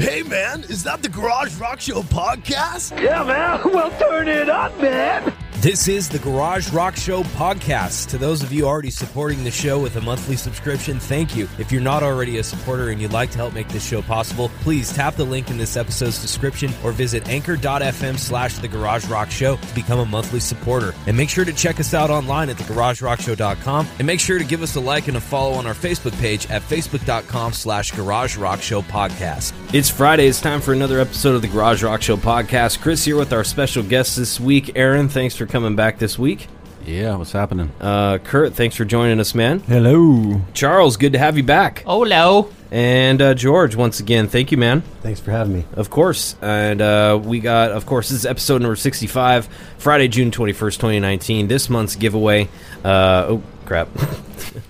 Hey, man, is that the Garage Rock Show podcast? Yeah, man. Well, turn it up, man. This is the Garage Rock Show podcast. To those of you already supporting the show with a monthly subscription, thank you. If you're not already a supporter and you'd like to help make this show possible, please tap the link in this episode's description or visit anchor.fm slash the Garage Rock Show to become a monthly supporter. And make sure to check us out online at thegaragerockshow.com and make sure to give us a like and a follow on our Facebook page at facebook.com slash Garage Rock Show podcast. It's Friday. It's time for another episode of the Garage Rock Show podcast. Chris here with our special guest this week, Aaron. Thanks for coming back this week. Yeah, what's happening? Uh, Kurt, thanks for joining us, man. Hello. Charles, good to have you back. Hello. And uh, George, once again, thank you, man. Thanks for having me. Of course. And uh, we got, of course, this is episode number 65, Friday, June 21st, 2019. This month's giveaway. Uh, oh, crap.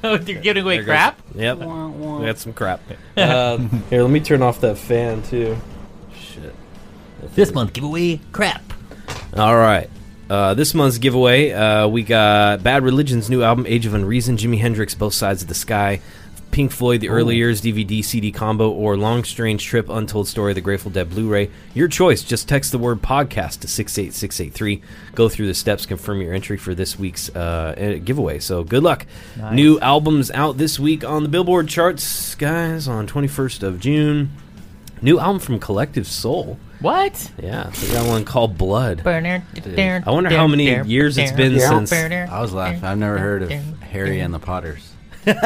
Oh, they're giving away crap? yep. We got some crap. Uh, here, let me turn off that fan, too. Shit. This month, give away crap. All right. Uh, this month's giveaway, uh, we got Bad Religion's new album, Age of Unreason, Jimi Hendrix, Both Sides of the Sky, Pink Floyd, the early years DVD CD combo, or Long Strange Trip, Untold Story, the Grateful Dead Blu ray. Your choice. Just text the word podcast to 68683. Go through the steps, confirm your entry for this week's uh, eh, giveaway. So good luck. New albums out this week on the Billboard charts, guys, on 21st of June. New album from Collective Soul. What? Yeah, they got one called Blood. I I wonder how many years it's been since- I was laughing. I've never heard of Harry and the Potters. What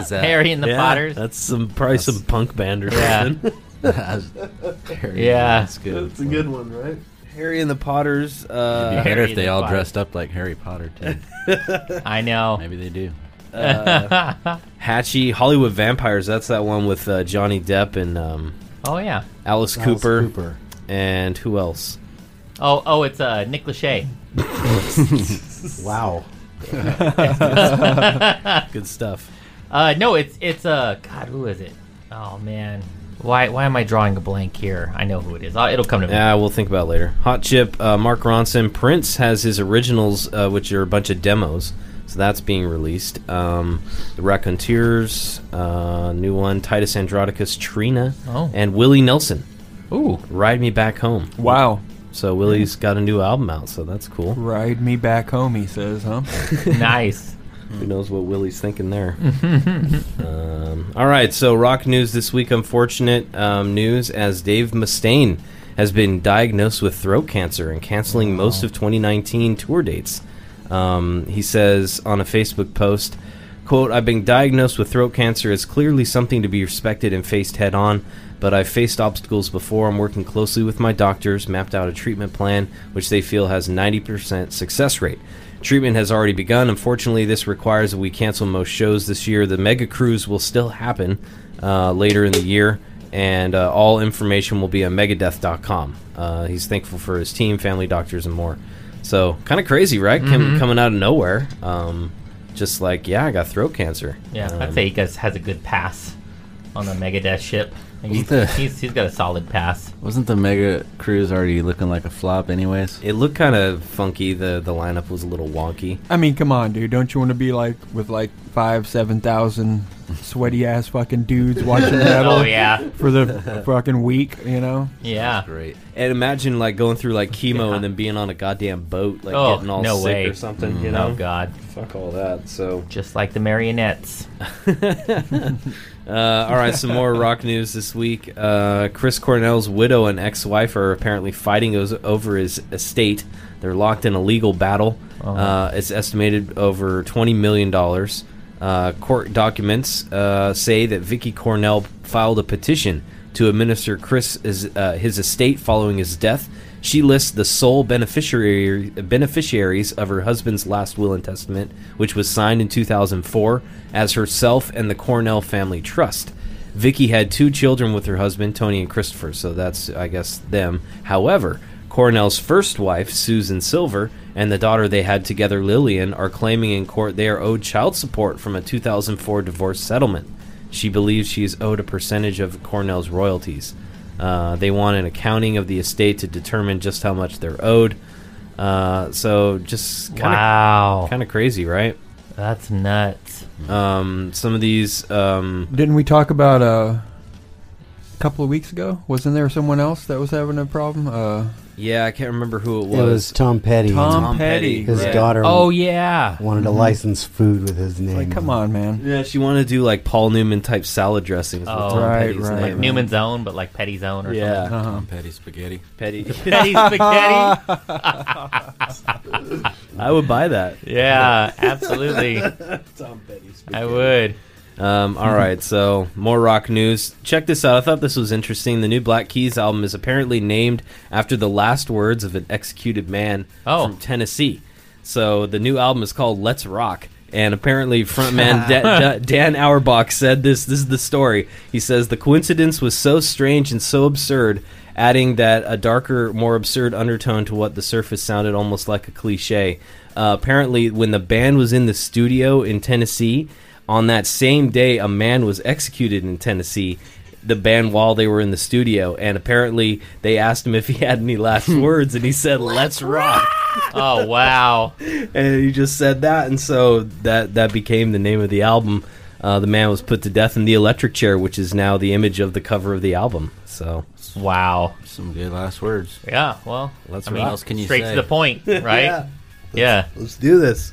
is that? Harry and the Yeah, Potters. That's some probably some punk band or Yeah. something. Harry, Yeah. that's good. It's one, right? Harry and the Potters. Uh, better Harry if they the all Potter. dressed up like Harry Potter too. I know. Maybe they do. Hatchie, Hollywood Vampires. That's that one with uh, Johnny Depp and um, Oh yeah. Alice, Alice Cooper, Cooper. and who else? Oh oh, it's uh, Nick Lachey. Wow. Good stuff. Uh, no, it's it's uh, God, who is it? Oh man, why why am I drawing a blank here? I know who it is. I'll, it'll come to me. Yeah, we'll think about it later. Hot Chip, uh, Mark Ronson, Prince has his originals, uh, which are a bunch of demos. So that's being released. Um, the Raconteurs, uh, new one, Titus Andronicus, Trina, Oh. and Willie Nelson. Ooh, Ride Me Back Home. Wow. So Willie's got a new album out, so that's cool. Ride me back home, he says, huh? nice. Who knows what Willie's thinking there? um, all right, so rock news this week. Unfortunate um, news as Dave Mustaine has been diagnosed with throat cancer and canceling most of 2019 tour dates. Um, he says on a Facebook post, "Quote: I've been diagnosed with throat cancer. It's clearly something to be respected and faced head on." But I've faced obstacles before. I'm working closely with my doctors, mapped out a treatment plan, which they feel has 90% success rate. Treatment has already begun. Unfortunately, this requires that we cancel most shows this year. The mega cruise will still happen uh, later in the year, and uh, all information will be on megadeth.com. Uh, he's thankful for his team, family, doctors, and more. So, kind of crazy, right? Mm-hmm. Kim coming out of nowhere. Um, just like, yeah, I got throat cancer. Yeah, Um, I'd say he guys has a good pass on the Megadeth ship. He's, Who's the- he's, he's got a solid pass. Wasn't the Mega Cruise already looking like a flop, anyways? it looked kind of funky. The, the lineup was a little wonky. I mean, come on, dude. Don't you want to be like with like five, seven thousand sweaty ass fucking dudes watching metal Oh yeah, for the fucking week, you know? yeah. Great. And imagine like going through like chemo and then being on a goddamn boat, like Oh, getting all no sick way. or something. You know, Oh god, fuck all that. So just like the marionettes. Uh, all right, some more rock news this week. Uh, Chris Cornell's widow and ex-wife are apparently fighting os- over his estate. They're locked in a legal battle. Uh, it's estimated over twenty million dollars. Uh, court documents uh, say that Vicky Cornell filed a petition to administer Chris his, uh, his estate following his death. She lists the sole beneficiary beneficiaries of her husband's last will and testament, which was signed in 2004, as herself and the Cornell Family Trust. Vicky had two children with her husband, Tony and Christopher, so that's I guess them. However, Cornell's first wife, Susan Silver, and the daughter they had together, Lillian, are claiming in court they are owed child support from a 2004 divorce settlement. She believes she is owed a percentage of Cornell's royalties. Uh, they want an accounting of the estate to determine just how much they're owed. Uh, so just kind of wow, kind of crazy, right? that's nuts. Um, some of these um, Didn't we talk about uh couple of weeks ago? Wasn't there someone else that was having a problem? Uh, Yeah, I can't remember who it It was was. Tom Petty. Tom, Tom Petty. Petty. His right. daughter Oh yeah. wanted to license food with his name. Like, come on on, man. yeah, she wanted to do like Paul Newman type salad dressings. with Oh. Tom Right, Petty's right. name. Like Newman's own, but like Petty's own or something. Yeah, Uh-huh. Tom Petty spaghetti. Petty. Petty spaghetti. I would buy that. Yeah, absolutely. Tom Petty I would. Um, all right, so more rock news. Check this out. I thought this was interesting. The new Black Keys album is apparently named after the last words of an executed man Oh. from Tennessee. So the new album is called Let's Rock. And apparently, frontman da- Da- Dan Auerbach said this. This is the story. He says the coincidence was so strange and so absurd, adding that a darker, more absurd undertone to what the surface sounded almost like a cliche. Uh, apparently, when the band was in the studio in Tennessee, on that same day, a man was executed in Tennessee. The band while they were in the studio, and apparently they asked him if he had any last words, and he said, "Let's rock." Oh wow. and he just said that, and so that that became the name of the album. Uh, the man was put to death in the electric chair, which is now the image of the cover of the album. So Wow. Some good last words. Yeah, well, Let's I mean, rock. What else can you straight say? to the point, right? yeah. let's do this.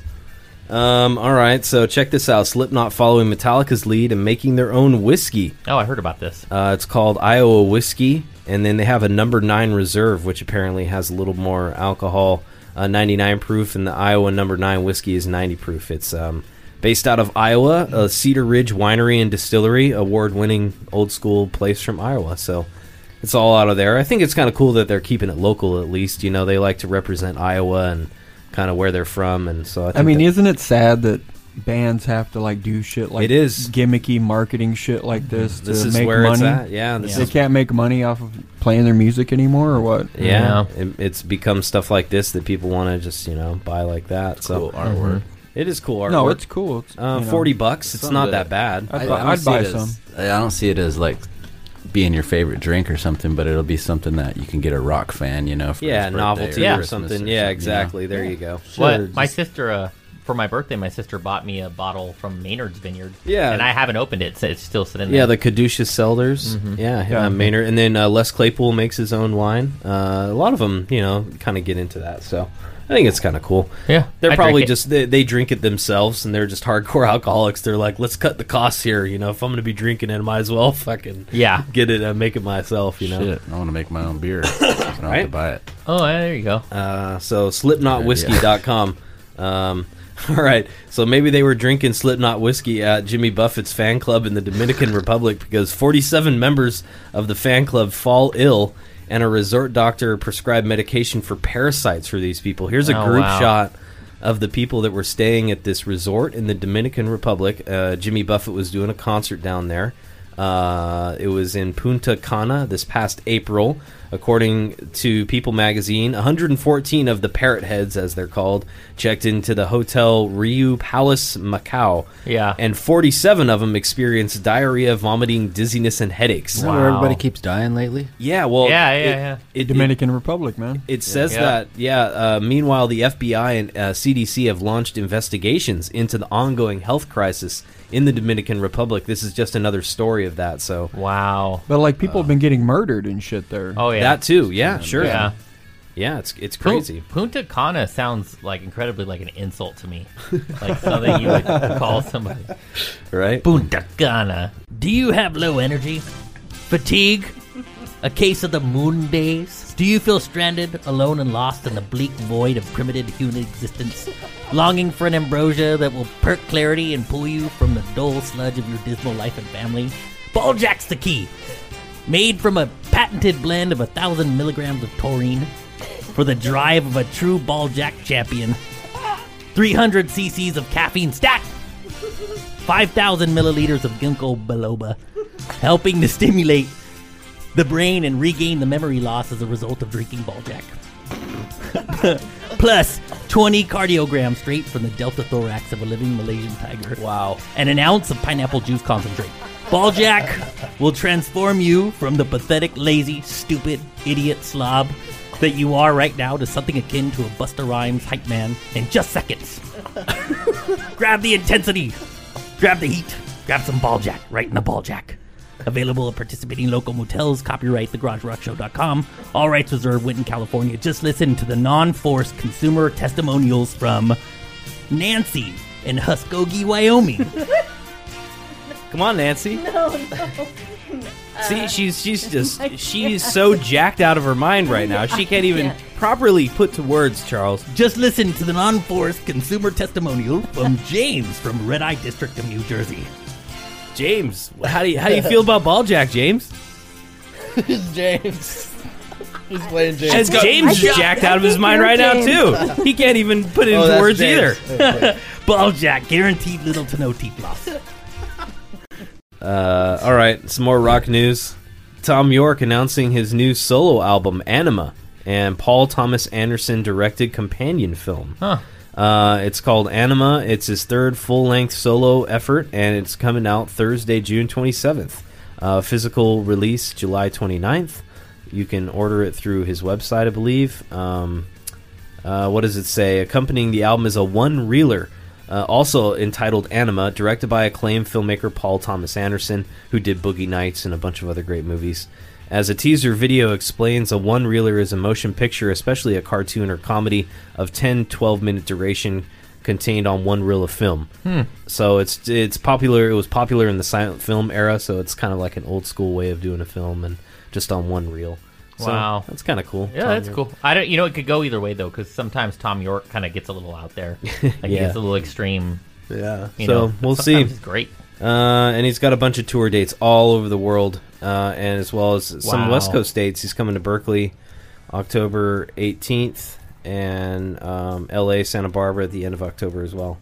Um, all right, so check this out: Slipknot following Metallica's lead and making their own whiskey. Oh, I heard about this. Uh, it's called Iowa Whiskey, and then they have a number nine reserve, which apparently has a little more alcohol, uh, 99 proof, and the Iowa number nine whiskey is 90 proof. It's um, based out of Iowa, a Cedar Ridge winery and distillery, award winning old school place from Iowa. So it's all out of there. I think it's kind of cool that they're keeping it local at least. You know, they like to represent Iowa and kind of where they're from, and so I, think I mean, that- isn't it sad that bands have to like do shit like It is. gimmicky marketing shit like this to this is make where money? it's at. Yeah, this They is can't make money off of playing their music anymore, or what? Yeah, it, it's become stuff like this that people want to just you know buy like that. cool So artwork. Mm-hmm. it is cool artwork. No, it's cool. It's, uh, you know, forty bucks. It's Some not of that it. bad. I'd, I- I buy, don't I'd see buy it some. as- I don't see it as like being your favorite drink or something, but it'll be something that you can get a rock fan, you know, for yeah, his birthday novelty or or Christmas something. or yeah, something, you exactly. There you go. What? Sure, my just- sister, uh, for my birthday, my sister bought me a bottle from Maynard's Vineyard. Yeah. and I haven't opened it, so it's still sitting there. Yeah, the Caduceus Celders. Yeah, him, Yeah. uh, Maynard, and then uh, Les Claypool makes his own wine. Uh, a lot of them, you know, kind of get into that. So I think it's kind of cool. Yeah, They're I drink probably it. just they, they drink it themselves, and they're just hardcore alcoholics. They're like, let's cut the costs here. You know, if I'm going to be drinking it, I might as well fucking Yeah. get it and make it myself. You know, know? Shit, I want to make my own beer. I don't have Right? to buy it. Oh, yeah, there you go. Uh, so slipknotwhiskey.com. Um, all right. So maybe they were drinking Slipknot whiskey at Jimmy Buffett's fan club in the Dominican Republic because 47 members of the fan club fall ill and a resort doctor prescribed medication for parasites for these people. Here's a Oh, group wow. shot of the people that were staying at this resort in the Dominican Republic. Uh, Jimmy Buffett was doing a concert down there. Uh, it was in Punta Cana this past April. According to People magazine, 114 of the parrot heads, as they're called, checked into the Hotel Ryu Palace, Macau. Yeah. And 47 of them experienced diarrhea, vomiting, dizziness, and headaches. Isn't that Wow. where everybody keeps dying lately? Yeah, well. Yeah, yeah, it- yeah. it- it- Dominican Republic, man. it says Yeah. that, yeah. Uh, meanwhile, the FBI and uh, CDC have launched investigations into the ongoing health crisis in the Dominican Republic. This is just another story of that. So Wow. But like, people have been getting murdered and shit there. Oh yeah. that too, yeah, sure, yeah. yeah, it's it's Pu- crazy. Punta Cana sounds like incredibly like an insult to me, like something you would call somebody. right? Punta Cana. Do you have low energy? Fatigue? A case of the moon days? Do you feel stranded, alone, and lost in the bleak void of primitive human existence? Longing for an ambrosia that will perk clarity and pull you from the dull sludge of your dismal life and family? Balljack's the key. Made from a patented blend of a thousand milligrams of taurine for the drive of a true balljack champion. 300 cc's of caffeine stacked 5,000 milliliters of ginkgo biloba, helping to stimulate the brain and regain the memory loss as a result of drinking Baljack. Plus 20 cardiograms straight from the delta thorax of a living Malaysian tiger. Wow. And an ounce of pineapple juice concentrate. Balljack will transform you from the pathetic, lazy, stupid, idiot slob that you are right now to something akin to a Busta Rhymes hype man in just seconds. Grab the intensity, grab the heat, grab some ball jack right in the ball jack. Available at participating local motels. Copyright thegaragerockshow.com. All rights reserved. Winton, California. Just listen to the non-forced consumer testimonials from Nancy in Muskogee, Wyoming. Come on, Nancy. No, no. See, she's she's just she's so jacked out of her mind right now. She can't even properly put to words, Charles. Just listen to the non-forced consumer testimonial from James from Red Eye District of New Jersey. James, how do you how do you feel about Balljack, James? James. He's playing James. As James is jacked out of his mind right now too. He can't even put it Oh, into that's words James. either. Ball Jack, guaranteed little to no teeth loss. Uh, all right, some more rock news. Tom York announcing his new solo album, Anima, and Paul Thomas Anderson directed companion film. Huh. Uh, it's called Anima. It's his third full length solo effort, and it's coming out Thursday, June 27th. Uh, physical release July 29th. You can order it through his website, I believe. Um, uh, what does it say? Accompanying the album is a one reeler, uh, also entitled Anima, directed by acclaimed filmmaker Paul Thomas Anderson, who did Boogie Nights and a bunch of other great movies. As a teaser video explains, a one reeler is a motion picture, especially a cartoon or comedy, of 10 12 minute duration contained on one reel of film. Hmm. So it's it's popular. It was popular in the silent film era, so it's kind of like an old school way of doing a film and just on one reel. So Wow. that's kind of cool. Yeah, Tom, that's you're- cool. I don't. You know, it could go either way though, because sometimes Tom York kind of gets a little out there. Like he Yeah. gets a little extreme. Yeah. You so know, but we'll see. sometimes It's great. Uh, and he's got a bunch of tour dates all over the world, uh, and as well as some Wow. West Coast dates. He's coming to Berkeley October 18th and um, LA, Santa Barbara at the end of October as well.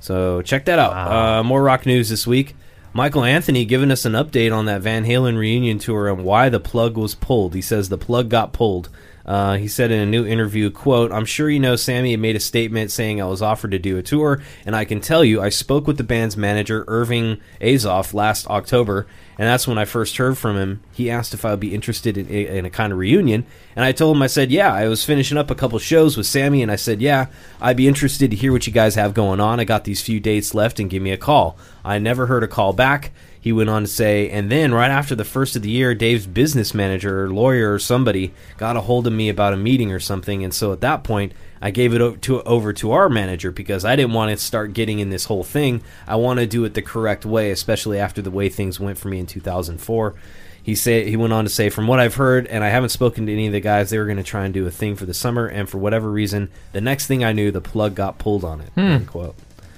So check that out. Wow. Uh, more rock news this week. Michael Anthony giving us an update on that Van Halen reunion tour and why the plug was pulled. He says the plug got pulled. Uh, he said in a new interview, "quote I'm sure you know Sammy had made a statement saying I was offered to do a tour, and I can tell you I spoke with the band's manager Irving Azoff last October, and that's when I first heard from him. He asked if I would be interested in, in a kind of reunion, and I told him I said yeah. I was finishing up a couple shows with Sammy, and I said yeah, I'd be interested to hear what you guys have going on. I got these few dates left, and give me a call. I never heard a call back. He went on to say, and then right after the first of the year, Dave's business manager or lawyer or somebody got a hold of me about a meeting or something, and so at that point, I gave it over to, over to our manager because I didn't want to start getting in this whole thing. I want to do it the correct way, especially after the way things went for me in 2004. He say he went on to say, from what I've heard, and I haven't spoken to any of the guys, they were going to try and do a thing for the summer, and for whatever reason, the next thing I knew, the plug got pulled on it. End quote.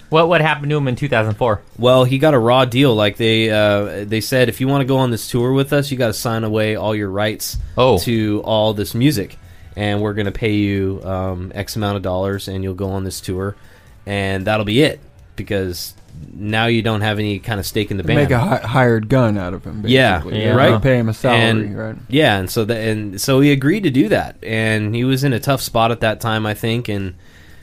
What what happened to him in 2004? Well, he got a raw deal. Like they uh, they said, if you want to go on this tour with us, you got to sign away all your rights Oh. to all this music, and we're going to pay you um, X amount of dollars, and you'll go on this tour, and that'll be it because now you don't have any kind of stake in the band. Make a hi- hired gun out of him. Basically. Yeah, yeah. Right. Right. Pay him a salary. And- right. Yeah, and so that and so he agreed to do that, and he was in a tough spot at that time, I think, and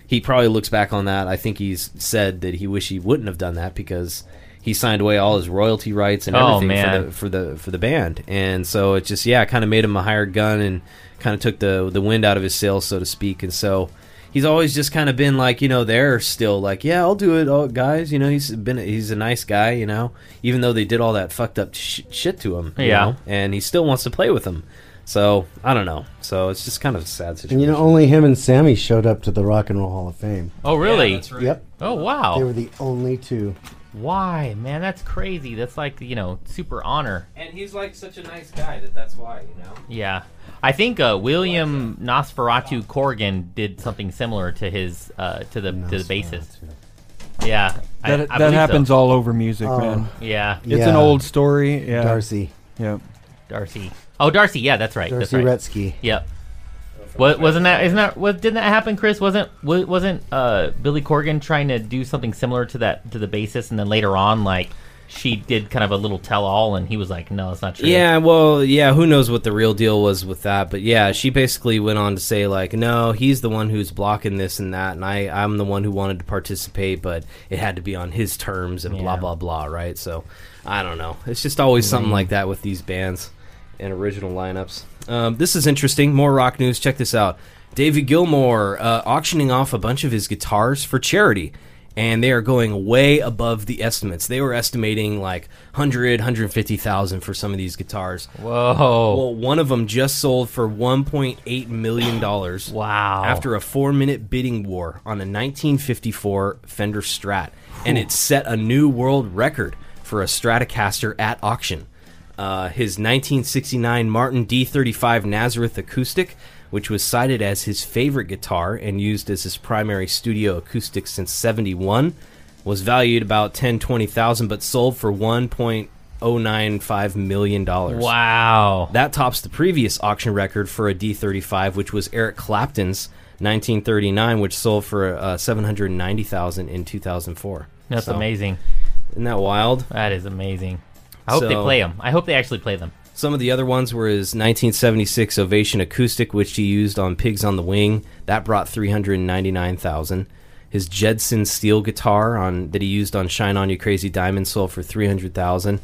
he probably looks back on that. I think he's said that he wish he wouldn't have done that because he signed away all his royalty rights and Oh, everything man. for the for the for the band, and so it just yeah, kind of made him a hired gun and kind of took the the wind out of his sails, so to speak, and so. He's always just kind of been like, you know, there still like, yeah, I'll do it, oh, guys. You know, he's been he's a nice guy, you know, even though they did all that fucked up sh- shit to him. you Yeah. know? and he still wants to play with him. So I don't know. So it's just kind of a sad And situation. you know, only him and Sammy showed up to the Rock and Roll Hall of Fame. Oh really? Yep. Oh They wow. were the only two. Why, man? That's crazy. That's like you know, super honor. and he's like such a nice guy that that's why you know. Yeah. I think uh, William Nosferatu Corgan did something similar to his uh, to the to the bassist. Yeah, I- That, I that believe happens so. all over music, man. Yeah, It's an Oh, Yeah. old story. Yeah. Uh, Darcy. Yeah. Darcy. Oh, Darcy. Yeah, that's right. that's Darcy right. Retsky. Yep. What wasn't that? Isn't that? Was, didn't that happen, Chris? Wasn't wa- wasn't uh, Billy Corgan trying to do something similar to that to the bassist, and then later on, like she did kind of a little tell all, and he was like, "No, it's not true." Yeah, well, yeah. Who knows what the real deal was with that? But yeah, she basically went on to say like, no, he's the one who's blocking this and that, and I, I'm the one who wanted to participate, but it had to be on his terms and blah Yeah. Mm-hmm. blah blah, right? So I don't know. It's just always something like that with these bands and original lineups. Um, this is interesting. More rock news. Check this out. David Gilmour uh, auctioning off a bunch of his guitars for charity. and they are going way above the estimates. They were estimating like 100, 150,000 for some of these guitars. Whoa. Well, one of them just sold for 1.8 million dollars. Wow. After a 4-minute bidding war on a 1954 Fender Strat, and it set a new world record for a Stratocaster at auction. Uh, his 1969 Martin D35 Nazareth acoustic, which was cited as his favorite guitar and used as his primary studio acoustic since 71, was valued about 10 20,000 but sold for 1.095 million dollars. Wow. That tops the previous auction record for a D35, which was Eric Clapton's 1939, which sold for uh, 790,000 in 2004. That's So, amazing. Isn't that wild? That is amazing. I hope they So- play them. I hope they actually play them. Some of the other ones were his 1976 Ovation acoustic, which he used on Pigs on the Wing. That brought 399,000. His Jedson steel guitar on that he used on Shine On You Crazy Diamond sold for 300,000.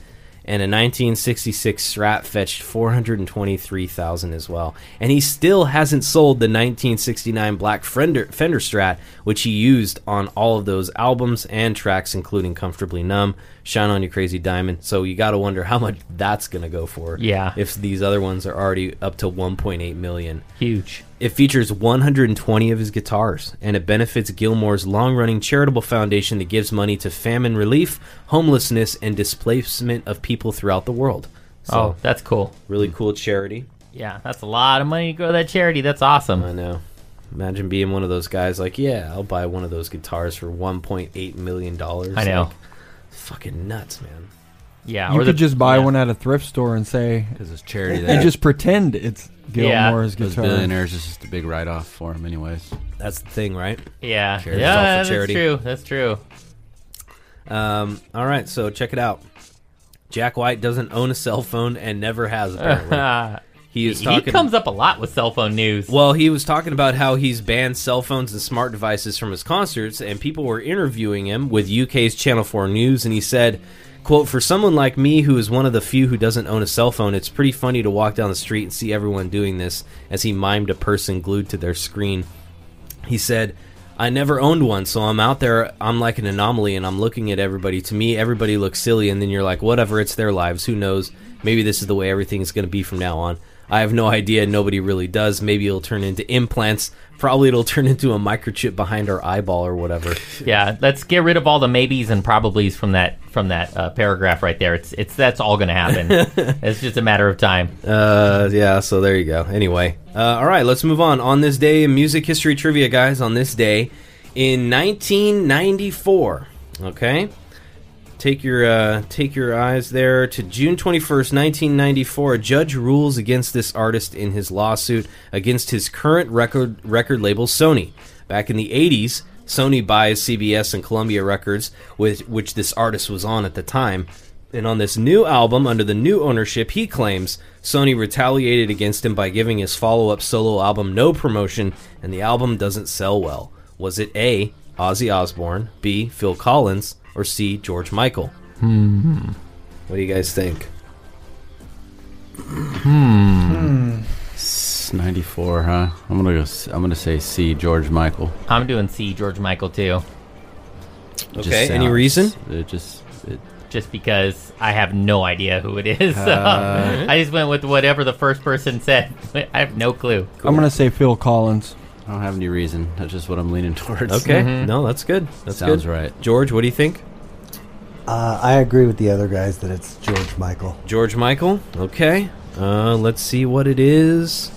And a 1966 Strat fetched 423,000 as well. And he still hasn't sold the 1969 Black Fender, Fender Strat, which he used on all of those albums and tracks, including Comfortably Numb, Shine On You Crazy Diamond. So you got to wonder how much that's going to go for Yeah. if these other ones are already up to 1.8 million. Huge. It features 120 of his guitars, and it benefits Gilmore's long-running charitable foundation that gives money to famine relief, homelessness, and displacement of people throughout the world. oh, So, that's cool. really cool charity. Yeah, that's a lot of money to go to that charity. That's awesome. I know. Imagine being one of those guys like, yeah, I'll buy one of those guitars for 1.8 million dollars. I know. Like, fucking nuts, man. yeah. You or could the- just buy yeah. one at a thrift store and say, because it's charity. and That just pretend it's Yeah. Gilmore's those guitar. billionaires is just a big write off for them, anyways. That's the thing, right? Yeah. Charity's all for yeah, that's charity. true. That's true. Um, all right, so check it out. Jack White doesn't own a cell phone and never has. Apparently, Uh, he is he talking. comes up a lot with cell phone news. well, he was talking about how he's banned cell phones and smart devices from his concerts, and people were interviewing him with UK's Channel Four News, and he said. Quote, for someone like me who is one of the few who doesn't own a cell phone, it's pretty funny to walk down the street and see everyone doing this as he mimed a person glued to their screen. He said, I never owned one, so I'm out there. I'm like an anomaly, and I'm looking at everybody. To me, everybody looks silly, and then you're like, whatever, it's their lives. Who knows? Maybe this is the way everything is going to be from now on. I have no idea. Nobody really does. Maybe it'll turn into implants. Probably it'll turn into a microchip behind our eyeball or whatever. Yeah, let's get rid of all the maybes and probablys from that from that uh, paragraph right there. It's it's that's all going to happen. it's just a matter of time. Uh, yeah, so there you go. Anyway, uh, all right, let's move on. On this day in music history trivia, guys, on this day in 1994, okay? Take your uh, take your eyes there to June 21st, 1994. A judge rules against this artist in his lawsuit against his current record record label Sony. Back in the 80s, Sony buys CBS and Columbia Records, with which this artist was on at the time. And on this new album, under the new ownership, he claims Sony retaliated against him by giving his follow up solo album no promotion, and the album doesn't sell well. Was it A, Ozzy Osbourne, B, Phil Collins, or C, George Michael? Hmm. Mm-hmm. What do you guys think? It's ninety four, huh? I'm gonna go. s- I'm gonna say C. George Michael. I'm doing C George Michael too, It just Okay, any sounds- reason? It just. It, just because I have no idea who it is. So I just went with whatever the first person said. I have no clue. I'm going to say Phil Collins. I don't have any reason. That's just what I'm leaning towards. Okay, no, that's good. That Mm-hmm. Sounds right. George, what do you think? Uh, I agree with the other guys that it's George Michael. George Michael? Okay. Uh, let's see what it is.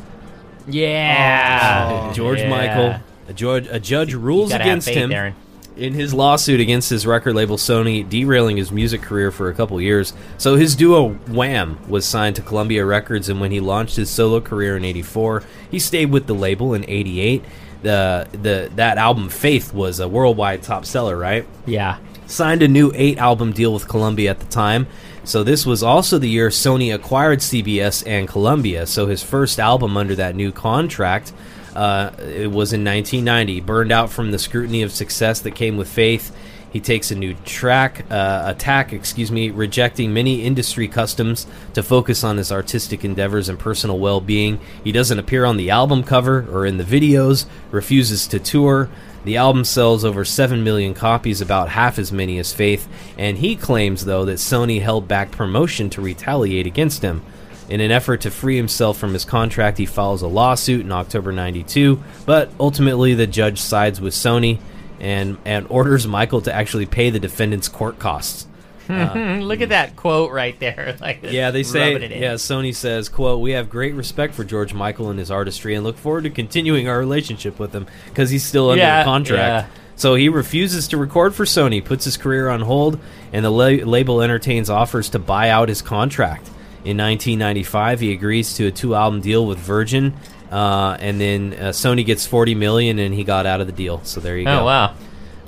Yeah, George Yeah. Michael. A, George, a judge rules Gotta have against faith, him. Darren. in his lawsuit against his record label Sony, derailing his music career for a couple years. So his duo Wham was signed to Columbia Records, and when he launched his solo career in '84, he stayed with the label in '88. The the that album Faith was a worldwide top seller, right? Oh. Yeah, signed a new eight album deal with Columbia at the time. So this was also the year Sony acquired CBS and Columbia. So his first album under that new contract uh, it was in 1990. Burned out from the scrutiny of success that came with Faith. He takes a new track uh, attack, excuse me, rejecting many industry customs to focus on his artistic endeavors and personal well-being. He doesn't appear on the album cover or in the videos. Refuses to tour. The album sells over 7 million copies, about half as many as Faith, and he claims, though, that Sony held back promotion to retaliate against him. In an effort to free himself from his contract, he files a lawsuit in October 92, but ultimately the judge sides with Sony and, and orders Michael to actually pay the defendant's court costs. Mm, Look at that quote right there. Like Yeah, they say. rubbing it in. Yeah, Sony says, "quote We have great respect for George Michael and his artistry, and look forward to continuing our relationship with him because he's still under Yeah, contract." yeah. So he refuses to record for Sony, puts his career on hold, and the la- label entertains offers to buy out his contract. In 1995, he agrees to a two-album deal with Virgin, uh, and then uh, Sony gets 40 million, and he got out of the deal. So there you go. Oh wow,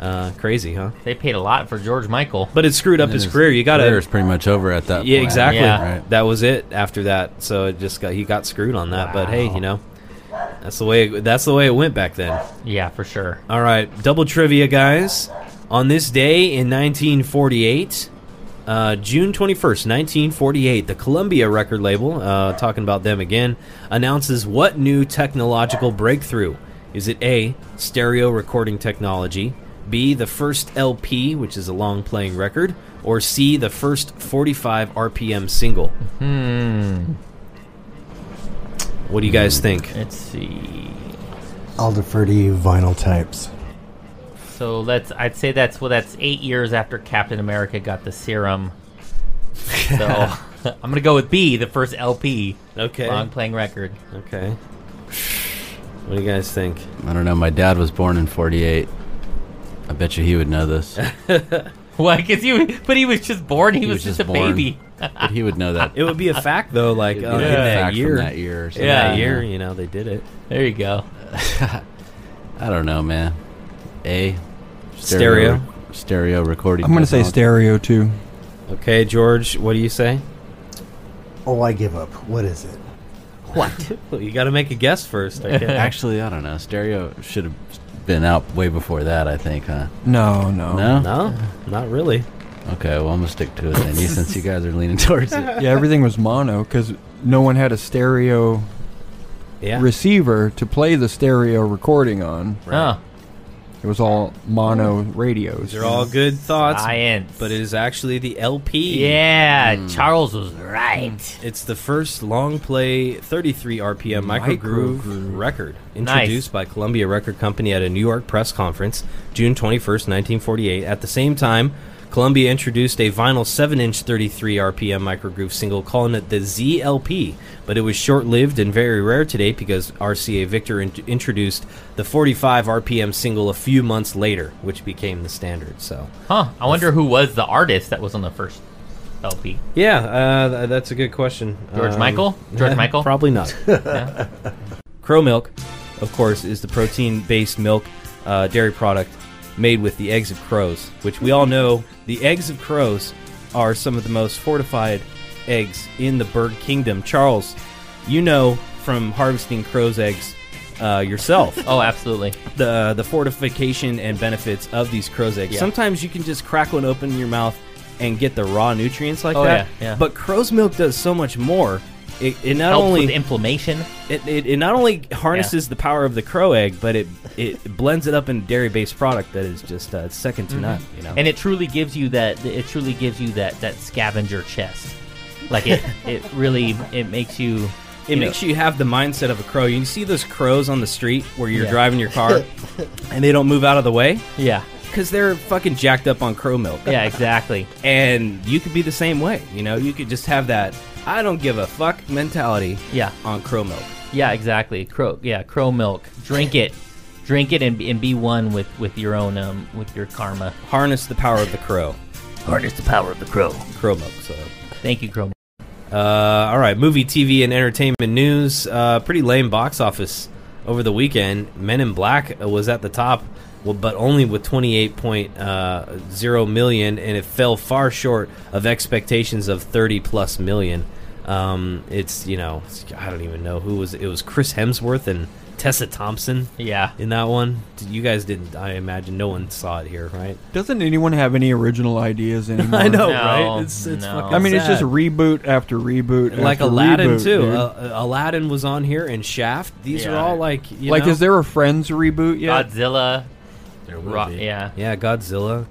Uh, crazy, huh? they paid a lot for George Michael. But it screwed up his, career. You got to Career is pretty much over at that. yeah, point. exactly. Yeah. Right. That was it after that. So it just got he got screwed on that. But hey, you know, that's the way it, that's the way it went back then. Yeah, for sure. All right, double trivia, guys. On this day in 1948, uh, June 21st, 1948, the Columbia record label, uh, talking about them again, announces what new technological breakthrough? Is it A, stereo recording technology, B, the first LP, which is a long playing record, or C, the first 45 RPM single? Hmm. What do you guys think? Let's see. I'll defer to you, vinyl types. So let's. I'd say that's well. That's eight years after Captain America got the serum. So I'm gonna go with B, the first LP, Okay. long playing record. Okay. What do you guys think? I don't know. My dad was born in '48. I bet you he would know this. Why? Because he, but he was just born. He, was, just, a born. baby. But he would know that. It would be a fact though, like uh, It'd in be like a that fact from year, that year or something. yeah, Yeah. that year, you know, they did it. There you go. I don't know, man. A Stereo. rec- stereo recording. I'm gonna say technology. stereo too. Okay, George, what do you say? Oh, I give up. What is it? Well, you got to make a guess first. I guess. Actually, I don't know. Stereo should have been out way before that. I think, huh? No, Oh, no. No. no, not really. Okay. Well, I'm gonna stick to it then, you- since you guys are leaning towards it. Yeah, everything was mono because no one had a stereo Yeah, receiver to play the stereo recording on. Huh. It was all mono radios. they're all good thoughts, Science. but it is actually the LP. yeah, Charles was right. it's the first long play 33 RPM microgroove Microgroove. record Nice. introduced by Columbia Record Company at a New York press conference, June 21st, 1948. At the same time, Columbia introduced a vinyl 7-inch 33 RPM microgroove single calling it the ZLP, but it was short-lived and very rare today because RCA Victor in- introduced the 45 RPM single a few months later, which became the standard. So, Huh. I wonder who was the artist that was on the first LP. yeah, uh, th- that's a good question. George Um, Michael. George Michael. Probably not. Crow milk, of course, is the protein based milk uh, dairy product made with the eggs of crows, which we all know the eggs of crows are some of the most fortified eggs in the bird kingdom. Charles, you know from harvesting crow's eggs uh, yourself Oh, absolutely. the the fortification and benefits of these crow's eggs. Yeah. Sometimes you can just crack one open in your mouth and get the raw nutrients like Oh, that. yeah, yeah. But crow's milk does so much more. It, it not Helps only with inflammation. it, it, it not only harnesses the power of the crow egg, but it it blends it up in a dairy based product that is just uh, second to none. You know, Mm-hmm. and it truly gives you that it truly gives you that that scavenger chest like it it really it makes you it makes you have the mindset of a crow. You see those crows on the street where you're Yeah. driving your car, and they don't move out of the way you yeah because they're fucking jacked up on crow milk. yeah exactly and you could be the same way. You know, you could just have that I don't give a fuck mentality yeah on crow milk. yeah exactly crow yeah crow milk drink it drink it and, and be one with with your own um with your karma Harness the power of the crow, harness the power of the crow crow milk. So, thank you crow uh, all right, movie, TV, and entertainment news. Uh, pretty lame box office over the weekend. Men in Black was at the top, well, but only with twenty eight point uh, zero million, and it fell far short of expectations of thirty plus million. Um, it's you know, it's- I don't even know who was. It was Chris Hemsworth and Tessa Thompson. yeah in that one. Did- You guys didn't, I imagine. No one saw it here, right? Doesn't anyone have any original ideas anymore? know. right? It's- it's no. fucking I mean, it's just reboot after reboot. like after Aladdin reboot, too. dude. Uh, Aladdin was on here, and Shaft. These are Yeah. all like, you like, know, is there a Friends reboot yet? godzilla There will Rock, be. yeah. Yeah, Godzilla.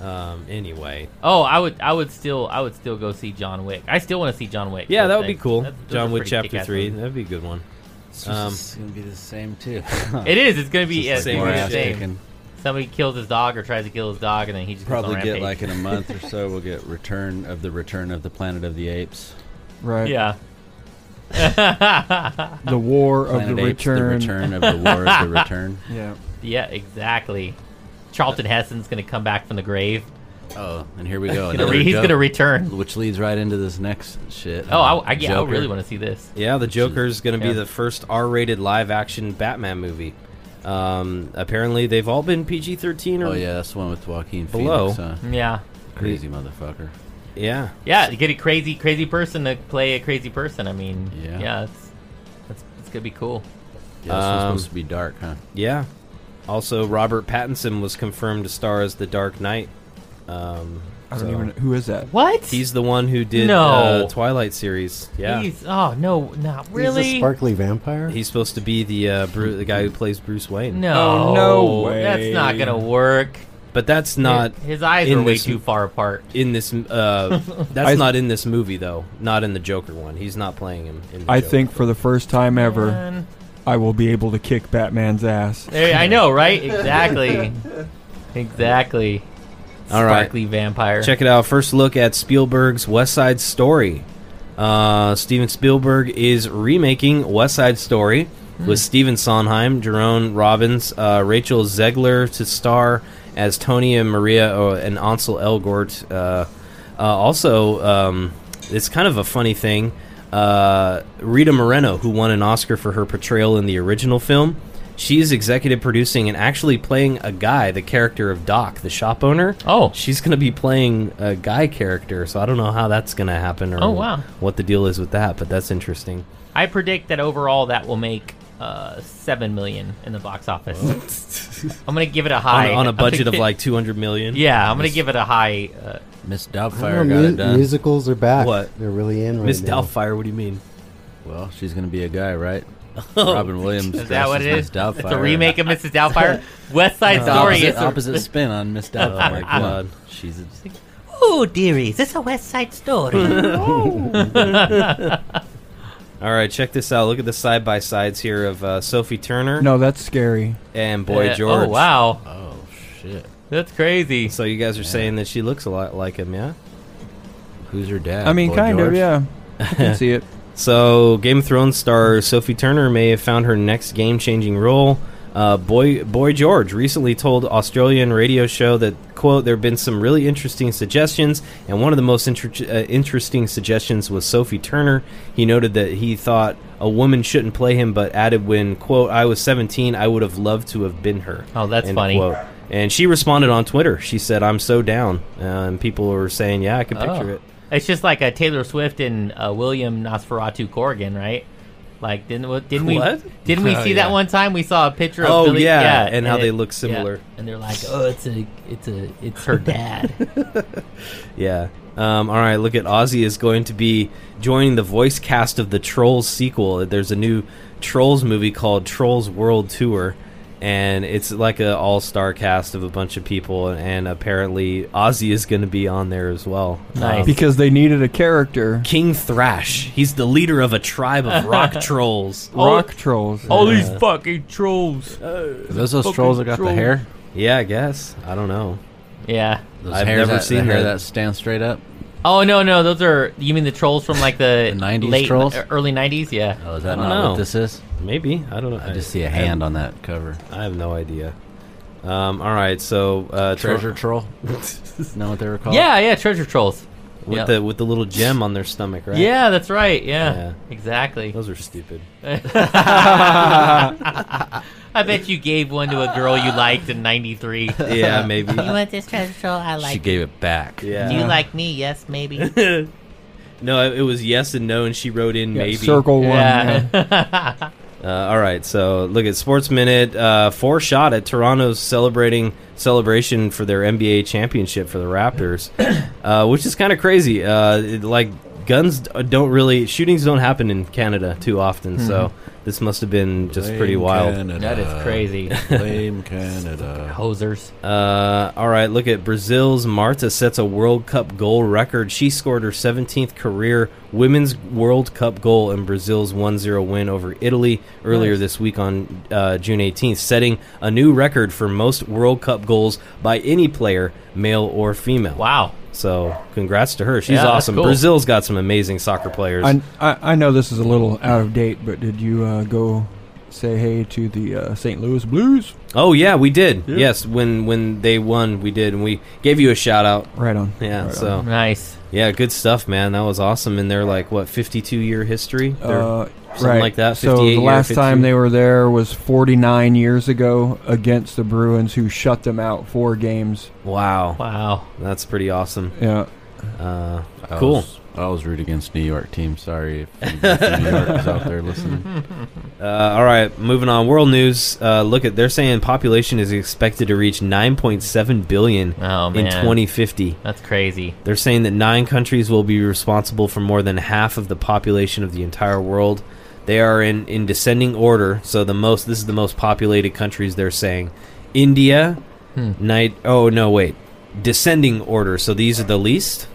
Um, anyway, Oh, I would, I would still, I would still go see John Wick. I still want to see John Wick. yeah, Those that would be things- cool. that- those John are Wick pretty Chapter kick-ass Three, movies. that'd be a good one. It's, Um, just, gonna be the same too. It is. It's gonna be yeah, Just it's gonna more be ass the same. kicking. Somebody kills his dog or tries to kill his dog, and then he just goes on Probably get rampage. like in a month or so. We'll get Return of the Return of the Planet of the Apes. Right. yeah. The War of Planet the Apes, Return. the Return of the War of the Return. Yeah. Yeah, exactly. Charlton Heston's gonna come back from the grave. Oh, and here we go. Gonna another re- he's joke, gonna return. Which leads right into this next shit. Oh, I, I, yeah, I Joker. really want to see this. Yeah, the Joker's going to yeah. be the first R-rated live-action Batman movie. Um, apparently, they've all been PG-13 or Oh yeah, that's the one with Joaquin Below. Phoenix. Huh? Yeah, Crazy motherfucker. yeah. yeah. You get a crazy, crazy person to play a crazy person. I mean, Yeah. yeah, it's, it's, it's gonna be cool. Yeah, this one's Um, supposed to be dark, huh? Yeah. Also, Robert Pattinson was confirmed to star as the Dark Knight. Um, I don't so- even know. Who is that? What? He's the one who did No. uh, Twilight series. Yeah. He's, He's- oh no, not really. He's a sparkly vampire. supposed to be the uh, Bru- the guy who plays Bruce Wayne. no, Oh, no way. That's not gonna work. But that's not his, his eyes in are way this- too far apart. in this. Uh, that's I- not in this movie though. Not in the Joker one. He's not playing him. In the I Joker. think for the first time ever, Man. I will be able to kick Batman's ass. There- I know, right? Exactly. exactly. All right. Sparkly vampire. Check it out. First look at Spielberg's West Side Story. Uh, Steven Spielberg is remaking West Side Story with Steven Sondheim, Jerome Robbins, uh, Rachel Zegler to star as Tony and Maria uh, and Ansel Elgort. Uh, uh, also, um, it's kind of a funny thing. Uh, Rita Moreno, who won an Oscar for her portrayal in the original film, she's executive producing and actually playing a guy, the character of Doc, the shop owner Oh. she's gonna be playing a guy character, so I don't know how that's gonna happen or Oh, wow. what the deal is with that, but that's interesting. I predict that overall that will make uh, seven million in the box office. I'm gonna give it a On, high on a I'm budget of gonna- like two hundred million. Yeah, I'm gonna give it a high. Uh, Miss I don't Doubtfire know, got it mu- done. Musicals are back. What? They're really in right Miss now. Doubtfire, what do you mean? Well, she's gonna be a guy, right? Robin Williams. is that what it Miss is? Doubtfire. It's a remake of Mrs. Doubtfire. West Side Uh, Story. Opposite, is a- opposite spin on Miss Doubtfire. my Come God. on. She's a, Oh, dearies, it's a West Side Story. All right, check this out. Look at the side by sides here of uh, Sophie Turner No, that's scary. and Boy uh, Oh George. wow, oh shit. that's crazy. So you guys are saying that she looks a lot like him, yeah? Who's her dad? I mean, Boy kind of, George? yeah. I can see it. So, Game of Thrones star Sophie Turner may have found her next game-changing role. Uh, Boy, Boy George recently told Australian radio show that quote there have been some really interesting suggestions, and one of the most inter- uh, interesting suggestions was Sophie Turner. He noted that he thought a woman shouldn't play him, but added when quote I was 17, I would have loved to have been her. Oh, that's End funny. quote. And she responded on Twitter. She said, "I'm so down," uh, and people were saying, "Yeah, I can picture Oh. it." It's just like a Taylor Swift and uh, William Nosferatu Corrigan, right? Like didn't wa- didn't What? we didn't we Oh, see yeah. that one time we saw a picture of Oh, Billy- yeah, and how they it- look similar. yeah, and they're like oh it's a it's a it's her dad Yeah. Um, all right. Look at Ozzy is going to be joining the voice cast of the Trolls sequel. There's a new Trolls movie called Trolls World Tour, and it's like a all star cast of a bunch of people. And apparently, Ozzy is going to be on there as well. Nice. Um, Because they needed a character. King Thrash. He's the leader of a tribe of rock trolls. Oh. Rock trolls. all these fucking trolls Are those those trolls that got the hair? Yeah, I guess. I don't know. yeah Those I've hairs never that, the seen hair that. that stand straight up. oh no no those are you mean the trolls from like the, The 90s late trolls? early 90s yeah Oh, is that not don't know. what this is? Maybe. I don't know. I just see a hand on that cover. I have no idea. Um, all right. So uh, Tro- Treasure troll. know what they were called? yeah yeah treasure trolls with Yeah. the with the little gem on their stomach, right? yeah that's right yeah, Yeah. exactly Those are stupid. I bet you gave one to a girl you liked in 93 Yeah, maybe. you want this treasure troll? I She like. gave it back. Yeah. Uh. Do you like me? Yes, maybe. no, it, it was yes and no, and she wrote in Yeah, maybe. Circle one. yeah Yeah. Uh, all right, so look at Sports Minute. Uh, four shot at Toronto's celebrating celebration for their NBA championship for the Raptors, uh, which is kind of crazy. Uh, it, like guns d- don't really shootings don't happen in Canada too often. So Mm-hmm. this must have been just pretty Blame wild. Canada. That is crazy. Blame Canada. Uh, Hosers. Uh, all right, look at Brazil's Marta sets a World Cup goal record. She scored her 17th career Women's World Cup goal in Brazil's 1 0 win over Italy earlier this week on uh, June 18th, setting a new record for most World Cup goals by any player, male or female. Wow. So, congrats to her. She's Yeah, that's awesome. cool. Brazil's got some amazing soccer players. I, I I know this is a little out of date, but did you uh, go say hey to the uh, St. Louis Blues? oh, yeah, we did. Yes, when, when they won, we did. And we gave you a shout out. Right on. Yeah, Right so. Nice. Yeah, good stuff, man. That was awesome. And they're like what, fifty-two year history? They're- Uh, something right. like that, So 58 the year, last 52. time they were there was 49 years ago against the Bruins, who shut them out four games. wow, Wow. that's pretty awesome. Yeah. Uh, I cool. always- I always root against New York team. Sorry if anybody from New York is out there Hmm. listening. uh, all right, moving on. World news. Uh, look at they're saying population is expected to reach nine point seven billion Oh man. in twenty fifty. That's crazy. They're saying that nine countries will be responsible for more than half of the population of the entire world. They are in, in descending order, so the most this is the most populated countries they're saying. India, Hmm. Ni- oh no wait. Descending order, so these are the least?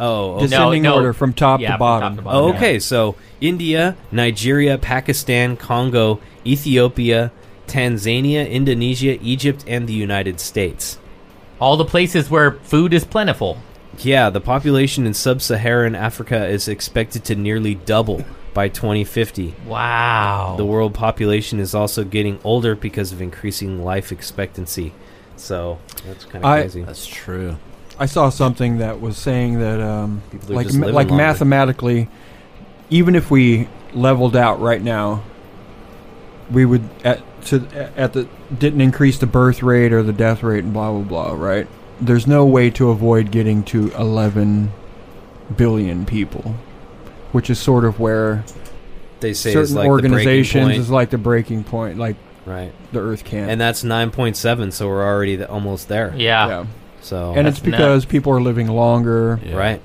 Oh, okay. Descending no. order from top Yeah, to from top bottom. to bottom. Oh, yeah. okay, so India, Nigeria, Pakistan, Congo, Ethiopia, Tanzania, Indonesia, Egypt, and the United States. All the places where food is plentiful. Yeah, the population in sub Saharan Africa is expected to nearly double by 2050. Wow. The world population is also getting older because of increasing life expectancy. So that's kind of I- crazy. That's true. I saw something that was saying that um, People are like just ma- living like longer. mathematically, even if we leveled out right now, we would at to at the didn't increase the birth rate or the death rate and blah blah blah. Right? There's no way to avoid getting to 11 billion people, which is sort of where They say it's certain like organizations the breaking is point. like the breaking point, like right? the Earth can. And ah, that's 9.7, so we're already th- almost there. yeah. yeah, So and it's That's nuts. because people are living longer. Yeah. right,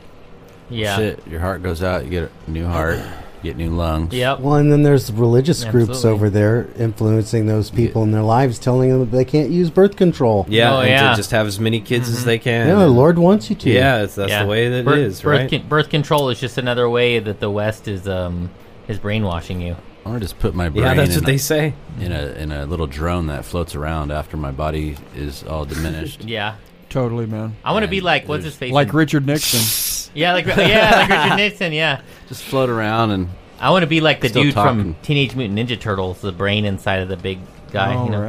Yeah. Shit, your heart goes out. You get a new heart. You get new lungs. Yep. Well, and then there's religious groups Absolutely. over there influencing those people in their lives, telling them that they can't use birth control. yeah, Oh, and yeah. Mm-hmm. to just have as many kids as they can. No, the Lord wants you to. yeah, it's, that's Yeah. the way that birth, it is, birth right? con- birth control is just another way that the West is um is brainwashing you. I want to just put my brain yeah, that's in, what they say. a, in a in a little drone that floats around after my body is all diminished. Yeah. Totally, man. I want to And be like what's there's- his face? Like Richard Nixon. yeah, like yeah, like Richard Nixon. Yeah. just float around and I want to be like the Still dude talking. from Teenage Mutant Ninja Turtles, the brain inside of the big guy. All you know?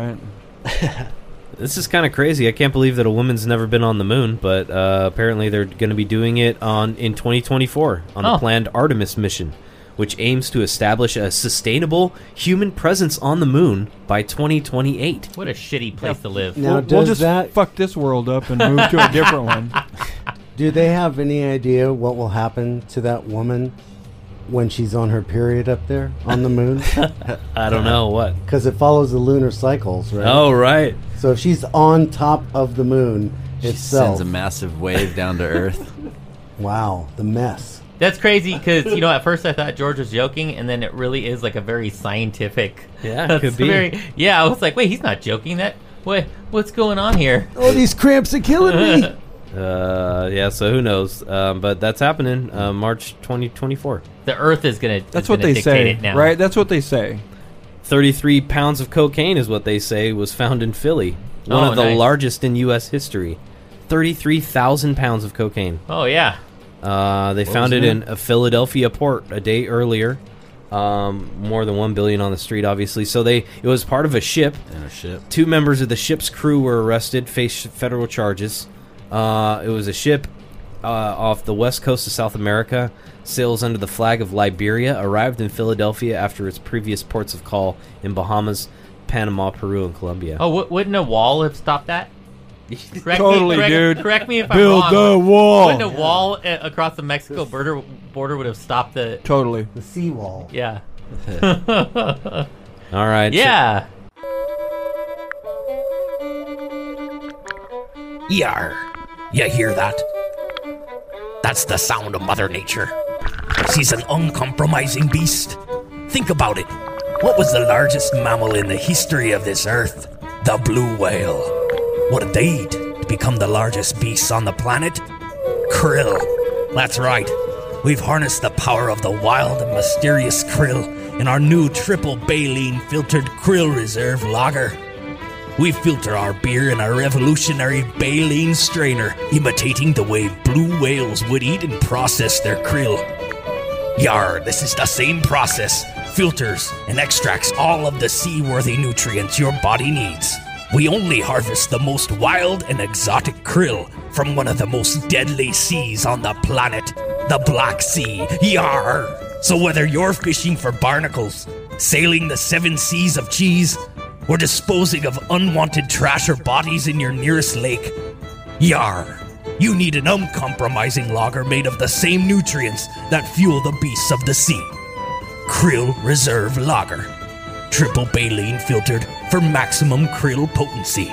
Oh, right. This is kind of crazy. I can't believe that a woman's never been on the moon, but uh, apparently they're going to be doing it on in 2024 on Oh. the planned Artemis mission, which aims to establish a sustainable human presence on the moon by 2028. What a shitty place to live. Now, we'll, does we'll just that fuck this world up and move to a different one. do they have any idea what will happen to that woman when she's on her period up there on the moon? I don't know what. Because it follows the lunar cycles, right? Oh right, So if she's on top of the moon she itself, sends a massive wave down to Earth. wow, the mess. That's crazy because you know at first I thought George was joking, and then it really is like a very scientific. Yeah, that's could be. Very, yeah, I was like, wait, he's not joking. That what what's going on here? Oh, these cramps are killing me. uh, yeah. So who knows? Um, but that's happening uh, March 2024. The Earth is gonna. That's is what gonna they dictate say, it now. right? That's what they say. 33 pounds of cocaine is what they say was found in Philly, one Oh, of the nice. largest in U.S. history. 33,000 pounds of cocaine. Oh yeah. Uh, they found was it that? in a Philadelphia port a day earlier. Um, more than one billion on the street, obviously. So they it was part of a ship. in a ship. Two members of the ship's crew were arrested, faced federal charges. Uh, it was a ship uh, off the west coast of South America, sails under the flag of Liberia, arrived in Philadelphia after its previous ports of call in Bahamas, Panama, Peru, and Colombia. Oh, w- wouldn't a wall have stopped that? Correct me, Totally, correct, dude. Correct me if Build I'm the wrong. wall. Wouldn't a wall uh, across the Mexico border border would have stopped the? Totally. The seawall. Yeah. All right, Yeah. E Yar. You hear that? That's the sound of Mother Nature He's an uncompromising beast. Think about it. What was the largest mammal in the history of this earth? The blue whale. What did they eat to become the largest beasts on the planet? Krill. That's right. We've harnessed the power of the wild and mysterious krill in our new triple baleen filtered krill reserve lager. We filter our beer in a revolutionary baleen strainer, imitating the way blue whales would eat and process their krill. Yar, this is the same process. Filters and extracts all of the seaworthy nutrients your body needs. We only harvest the most wild and exotic krill from one of the most deadly seas on the planet, the Black Sea. Yar! So whether you're fishing for barnacles, sailing the seven seas of cheese, or disposing of unwanted trash or bodies in your nearest lake, Yar! You need an uncompromising lager made of the same nutrients that fuel the beasts of the sea. Krill Reserve Lager. Triple baleen filtered for maximum krill potency.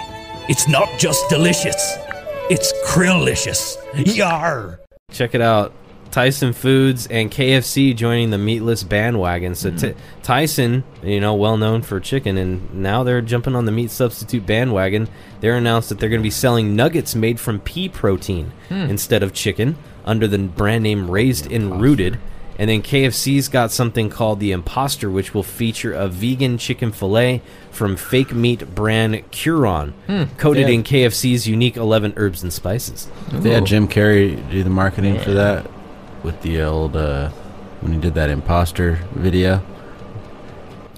It's not just delicious, it's krillicious. Yar! Check it out. Tyson Foods and KFC joining the meatless bandwagon. So Ty- Tyson, you know, well known for chicken, and now they're jumping on the meat substitute bandwagon. They're announced that they're going to be selling nuggets made from pea protein instead of chicken under the brand name Raised and Rooted. And then KFC's got something called the Imposter, which will feature a vegan chicken fillet from fake meat brand Curon, coated Yeah. in KFC's unique 11 herbs and spices. They had Jim Carrey do the marketing for that with the old uh, when he did that imposter video.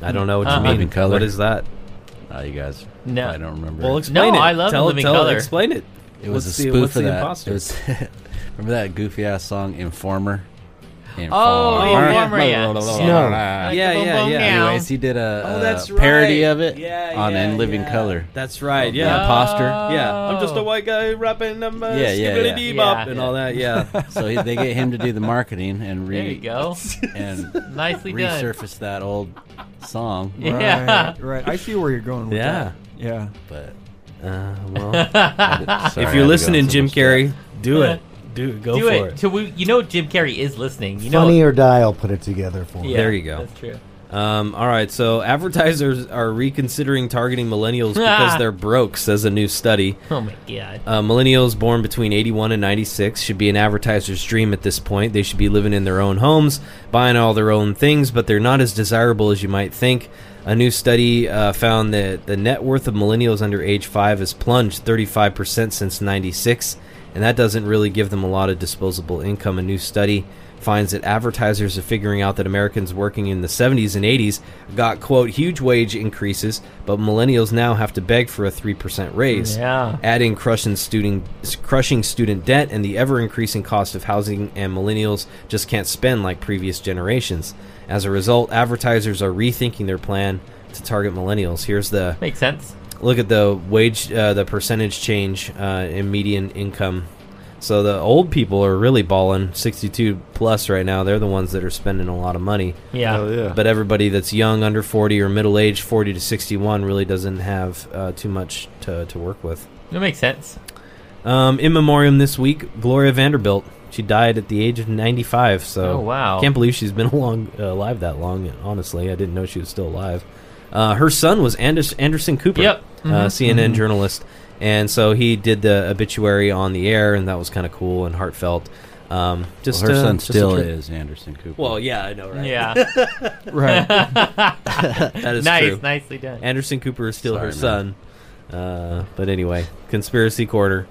I don't know what you Uh-huh. mean. Living color. What is that? Oh, you guys, No. I don't remember. Well, it. explain No, it. I love tell, Living tell, Colour. Explain it. it was what's a the- spoof what's of the that. imposter? It was- remember that goofy ass song Informer? Oh, Informer, yeah. No. Yeah, Boom, yeah, boom, yeah. meow. Anyways, he did a, Oh, a that's parody right. of it Yeah, on yeah, In Living yeah. Color. That's right. The Yeah. imposter. Yeah. I'm just a Oh. white guy rapping um, uh, Yeah, yeah, yeah. skibbity-dee Yeah. bop and all that. Yeah. So he, they get him to do the marketing and re There you go. and Nicely done. resurface that old song. Yeah. Right, right. I see where you're going with yeah. that. Yeah. But Uh, well, sorry, I had to if go you're on listening, so Jim much Carrey, do it. Do it. Go Do for it. it. To we, you know Jim Carrey is listening. You know. Funny or die, I'll put it together for you. Yeah, There you go. That's true. Um, all right, so advertisers are reconsidering targeting millennials because Ah. they're broke, says a new study. Oh my god. Uh, millennials born between 81 and 96 should be an advertiser's dream at this point. They should be living in their own homes, buying all their own things, but they're not as desirable as you might think. A new study uh, found that the net worth of millennials under age 5 has plunged 35% since 96, and that doesn't really give them a lot of disposable income. A new study finds that advertisers are figuring out that Americans working in the 70s and 80s got, quote, huge wage increases, but millennials now have to beg for a 3% raise Yeah. adding crushing student crushing student debt and the ever increasing cost of housing and millennials just can't spend like previous generations. As a result, advertisers are rethinking their plan to target millennials. Here's the Makes sense. look at the wage uh, the percentage change uh, in median income. So the old people are really balling 62 plus right now. They're the ones that are spending a lot of money. Yeah. But everybody that's young, under 40 or middle age, 40 to 61, really doesn't have uh, too much to, to work with. That makes sense. Um, in memoriam this week, Gloria Vanderbilt. She died at the age of 95. So Oh, wow. can't believe she's been along, uh, alive that long. Honestly, I didn't know she was still alive. Uh, her son was Anders- Anderson Cooper, Yep. Mm-hmm. uh, CNN journalist, and so he did the obituary on the air, and that was kind of cool and heartfelt. Um, Well, just her uh, son just a still trip. is Anderson Cooper. Well, yeah, I know, right? Yeah. Right. that is nice. true. Nicely done. Anderson Cooper is still her Sorry, son. Uh, but anyway, conspiracy quarter.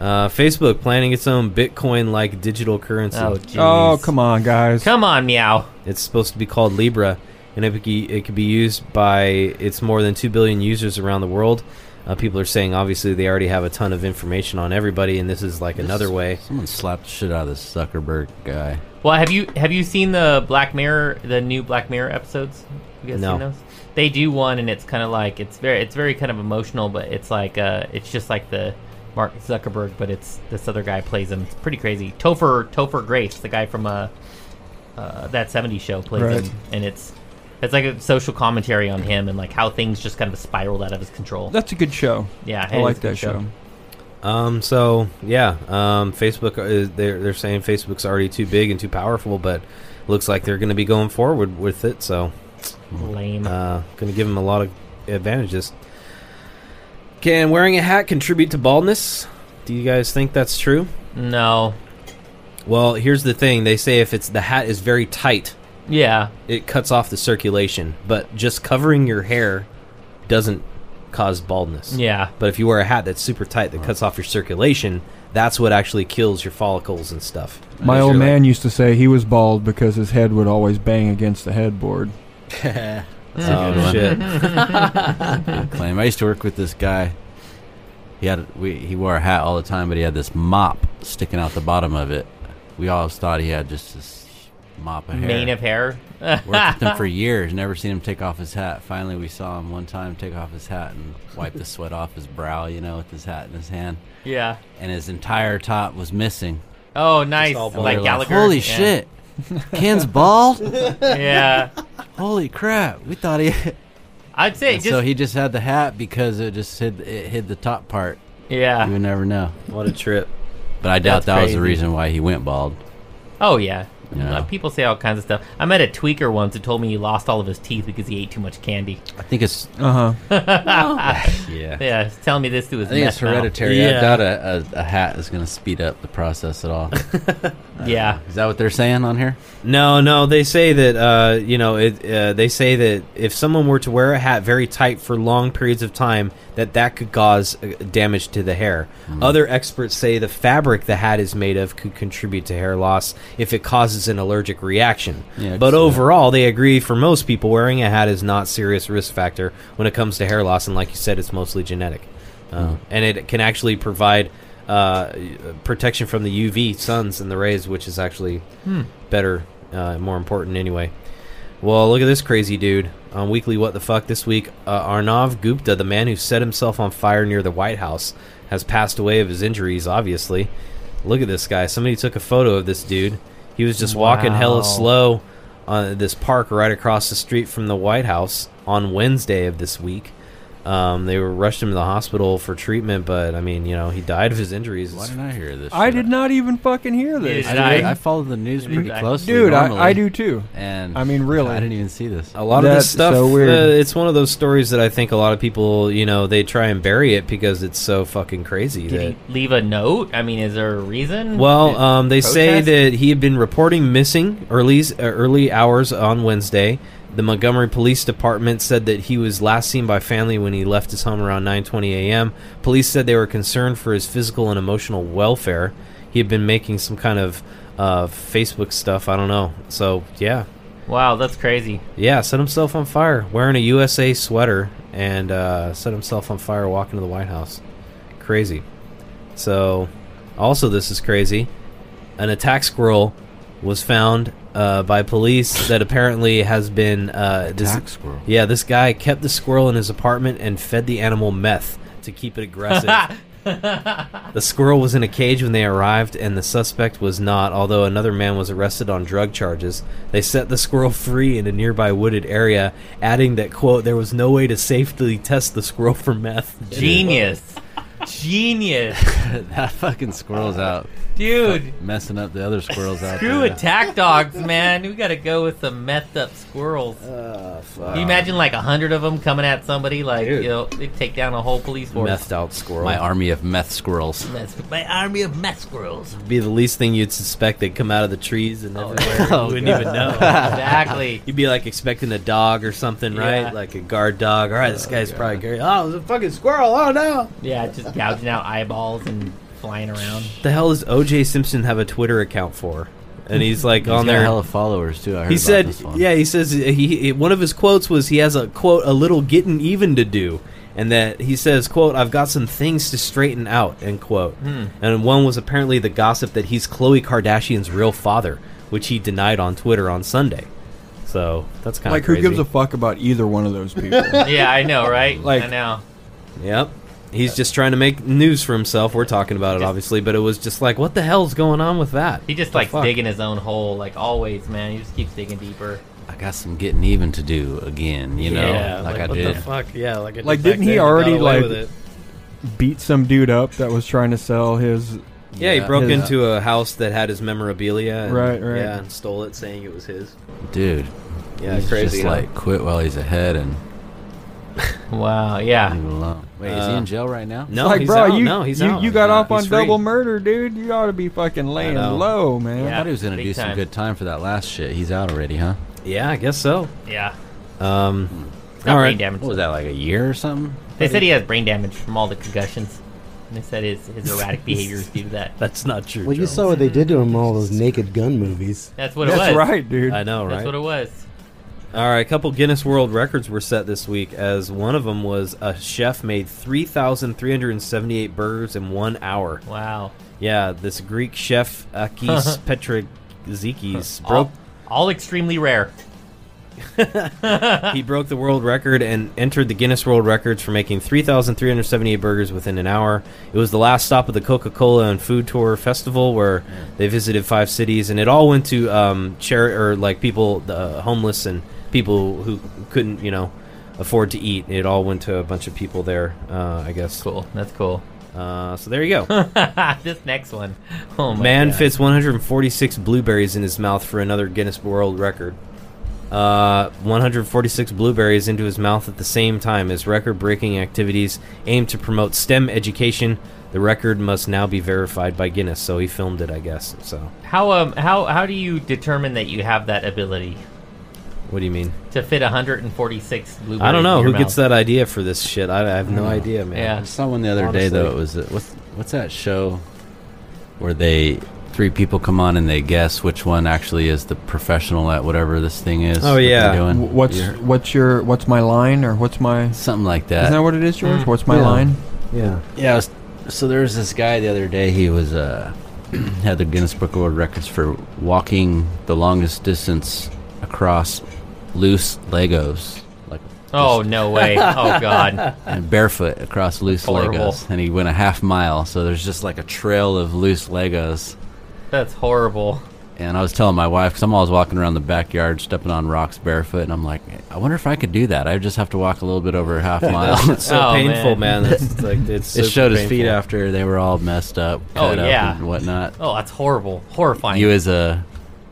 Uh, Facebook planning its own Bitcoin-like digital currency. Oh, jeez. oh, come on, guys. Come on, meow. It's supposed to be called Libra, and it, could be- it could be used by its more than two billion users around the world. Uh, people are saying obviously they already have a ton of information on everybody, and this is like another way. Someone slapped the shit out of this Zuckerberg guy. Well, have you have you seen the Black Mirror, the new Black Mirror episodes? You guys No. seen those? They do one, and it's kind of like it's very it's very kind of emotional, but it's like uh, it's just like the Mark Zuckerberg, but it's this other guy plays him. It's pretty crazy. Topher Topher Grace, the guy from uh, uh, that '70s show, plays Right. him, and it's it's like a social commentary on him and like how things just kind of spiraled out of his control. That's a good show. yeah, I it like is a that good show. Um, uh, so yeah, um, Facebook is they're they're saying Facebook's already too big and too powerful, but looks like they're going to be going forward with it. So Mm-hmm. lame. Uh, going to give him a lot of advantages. Can wearing a hat contribute to baldness? Do you guys think that's true? No. Well, here's the thing. They say if it's the hat is very tight, Yeah. it cuts off the circulation. But just covering your hair doesn't cause baldness. Yeah. But if you wear a hat that's super tight that cuts off your circulation, that's what actually kills your follicles and stuff. My Because old you're like- man used to say he was bald because his head would always bang against the headboard. That's a good Oh, one. shit. Good claim. I used to work with this guy. He had we, he wore a hat all the time, but he had this mop sticking out the bottom of it. We always thought he had just this mop of hair. Mane of hair. Uh, Worked with him for years, never seen him take off his hat. Finally, we saw him one time take off his hat and wipe the sweat off his brow, you know, with his hat in his hand. Yeah. And his entire top was missing. Oh, nice. And we Like were Gallagher. Holy Yeah. shit. Ken's bald? Yeah. Holy crap. We thought he. I'd say And just so he just had the hat because it just hid it hid the top part. Yeah. you would never know. What a trip! But I doubt That's that was the crazy. reason why he went bald. Oh yeah. Yeah. Uh, people say all kinds of stuff. I met a tweaker once that told me he lost all of his teeth because he ate too much candy. I think it's Uh-huh. Uh huh. yeah. Yeah, he's telling me this through I his think meth it's hereditary. mouth. I doubt a, a, a hat is going to speed up the process at all. Yeah. is that what they're saying on here? No, no, they say that uh, you know it, uh, they say that if someone were to wear a hat very tight for long periods of time, that that could cause uh, damage to the hair. Other experts say the fabric the hat is made of could contribute to hair loss if it causes an allergic reaction. Yeah, but it's, uh, overall, they agree for most people wearing a hat is not serious risk factor when it comes to hair loss, and like you said, it's mostly genetic, uh, and it can actually provide. Uh, protection from the UV suns and the rays, which is actually better, uh, more important anyway. Well, look at this crazy dude on Weekly What the Fuck this week. Uh, Arnav Gupta, the man who set himself on fire near the White House, has passed away of his injuries, obviously. Look at this guy. Somebody took a photo of this dude. He was just walking Wow. hella slow on this park right across the street from the White House on Wednesday of this week. Um, they were rushed him to the hospital for treatment, but I mean, you know, he died of his injuries. Why didn't I hear this? I shit? did not even fucking hear this. Yeah. I, I- I, follow the news pretty I- closely. Dude, normally, I, I do too. And I mean, really. I didn't even see this. A lot of That's this stuff, so weird. Uh, it's one of those stories that I think a lot of people, you know, they try and bury it because it's so fucking crazy. that, Did he leave a note? I mean, is there a reason? well, Did- um, they say protest? that he had been reporting missing early uh, early hours on Wednesday. The Montgomery Police Department said that he was last seen by family when he left his home around 9:20 a.m. Police said they were concerned for his physical and emotional welfare. He had been making some kind of uh, Facebook stuff. I don't know. So yeah, Wow, that's crazy. yeah, set himself on fire wearing a USA sweater and uh, set himself on fire walking to the White House. Crazy. So, also, this is crazy. An attack squirrel was found uh, by police that apparently has been. Uh, this- Attack squirrel. yeah, this guy kept the squirrel in his apartment and fed the animal meth to keep it aggressive. the squirrel was in a cage when they arrived, and the suspect was not, although another man was arrested on drug charges. They set the squirrel free in a nearby wooded area, adding that, quote, there was no way to safely test the squirrel for meth. Genius. Genius. that fucking squirrel's out Dude, messing up the other squirrels out Screw there. attack dogs, man. We gotta go with some methed up squirrels. Uh, Can you imagine like a hundred of them coming at somebody? Like, you know, they'd take down a whole police force. Methed out squirrel. My army of meth squirrels. That's my army of meth squirrels. be the least thing you'd suspect they'd come out of the trees and Oh, everywhere. you wouldn't even know. exactly. You'd be like expecting a dog or something, Yeah. right? Like a guard dog. All right, this guy's probably Gary. Oh, it's a fucking squirrel. Oh no! Yeah, just gouging out eyeballs and flying around. The hell does O.J. Simpson have a Twitter account for? And he's like He's on got a there. hell of followers too. I heard he about said, this one. "Yeah." He says he, he one of his quotes was he has a quote a little getting even to do, and that he says quote I've got some things to straighten out end quote. And one was apparently the gossip that he's Khloe Kardashian's real father, which he denied on Twitter on Sunday. So that's kind of Like, who gives a fuck about either one of those people? Yeah, I know, right? Like- I know. Yep. He's just trying to make news for himself. We're talking about it, Just- obviously, but it was just like, what the hell's going on with that? He just The likes fuck? digging his own hole, like always, man. He just keeps digging deeper. I got some getting even to do again, you know, yeah, like, I what did. the fuck? Yeah, like, I did Like, back didn't he then and got already, away like- with it. Beat some dude up that was trying to sell his Yeah, he Yeah. broke His- into a house that had his memorabilia. And, Right, right. Yeah, and stole it, saying it was his. dude. Yeah, he's crazy, Just huh? like quit while he's ahead and Wow. Yeah. leave it alone. Wait, is he Uh, in jail right now? No, like, he's bro, out. you no, he's you, out. you got He's off not- on he's free. double murder, dude. You ought to be fucking laying know. low, man. I thought he was gonna big do some time. good time for that last shit. He's out already, huh? Yeah, I guess so. Yeah. Mm, Um, It's got All right. brain damage. What was that, like a year or something? They said he has brain damage from all the concussions. And they said his, his erratic behavior is due to that. that's not true. Well, you Joe. saw what they did to him in all those Naked Gun movies. That's what it That's was. right, dude. I know, That's right? what it was. All right, a couple Guinness World Records were set this week, as one of them was a chef made 3,378 burgers in one hour. Wow. Yeah, this Greek chef, Akis Petrazikis, broke, All, all extremely rare. he broke the world record and entered the Guinness World Records for making 3,378 burgers within an hour. It was the last stop of the Coca Cola and Food Tour Festival, where they visited five cities, and it all went to um, chari- or like people, the homeless and people who couldn't, you know, afford to eat. It all went to a bunch of people there, uh, I guess. Cool. That's cool. Uh, so there you go. this next one. Oh my Man God. fits 146 blueberries in his mouth for another Guinness World Record. Uh, 146 blueberries into his mouth at the same time. His record-breaking activities aim to promote STEM education. The record must now be verified by Guinness. So he filmed it, I guess. So How um how how do you determine that you have that ability what do you mean? to fit 146 blueberries? I don't know in your who gets mouth? Mm. that idea for this shit. I, I have no idea, man. Yeah. I saw one the other day though. It was uh, what's what's that show where they three people come on and they guess which one actually is the professional at whatever this thing is. Oh, that they're yeah. doing. Wh- What's You're- what's your what's my line or what's my isn't something like that? that what it is, Hmm. George? What's my Yeah. line? Yeah. yeah. I was- so there was this guy the other day. He was uh, had the Guinness Book of World Records for walking the longest distance across loose Legos, like Oh no way. Oh god. and barefoot across loose Horrible. Legos, and he went a half mile. So there's just like a trail of loose Legos. That's horrible. And I was telling my wife because I'm always walking around the backyard, stepping on rocks barefoot, and I'm like, I wonder if I could do that. I just have to walk a little bit over a half mile. It's so Oh, painful, man. man. It's like it's. it super showed his painful. feet after they were all messed up, Oh, cut yeah. up, and whatnot. Oh, that's horrible. Horrifying. You as a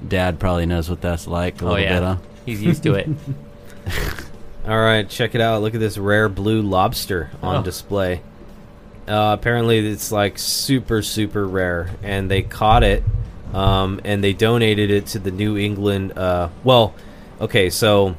dad probably knows what that's like a oh little yeah. bit, huh? He's used to it. All right, check it out. Look at this rare blue lobster on Oh. display. Uh, apparently, it's like super, super rare, and they caught it, um, and they donated it to the New England. Uh, well, okay, so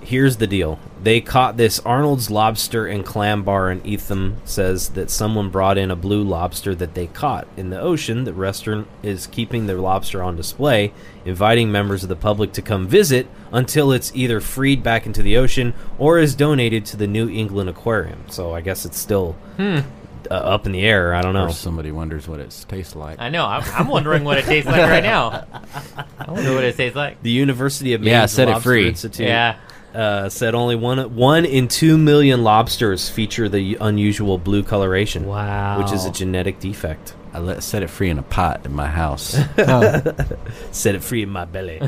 here's the deal. They caught this Arnold's Lobster and Clam Bar in Etham. Says that someone brought in a blue lobster that they caught in the ocean. The restaurant is keeping their lobster on display, inviting members of the public to come visit until it's either freed back into the ocean or is donated to the New England Aquarium. So I guess it's still uh, up in the air. I don't Or know. somebody wonders what it tastes like. I know. I'm, I'm wondering what it tastes like right now. I wonder what it tastes like. The University of Maine Yeah, set it Lobster free. Institute Yeah. uh, said only one one in two million lobsters feature the unusual blue coloration. Wow. which is a genetic defect. I let, set it free in a pot in my house. Set it free in my belly.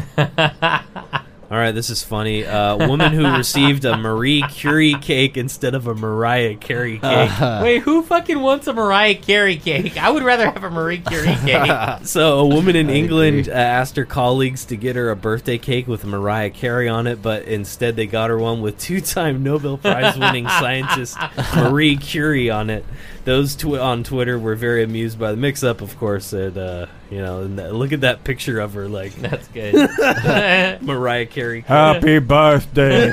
All right, this is funny. uh, woman who received a Marie Curie cake instead of a Mariah Carey cake. Wait, who fucking wants a Mariah Carey cake? I would rather have a Marie Curie cake. So a woman in England uh, asked her colleagues to get her a birthday cake with Mariah Carey on it, but instead they got her one with two-time Nobel Prize-winning scientist Marie Curie on it. Those tw- on Twitter were very amused by the mix-up, of course, and uh, you know, and th- look at that picture of her like That's good. Mariah Carey. Happy birthday.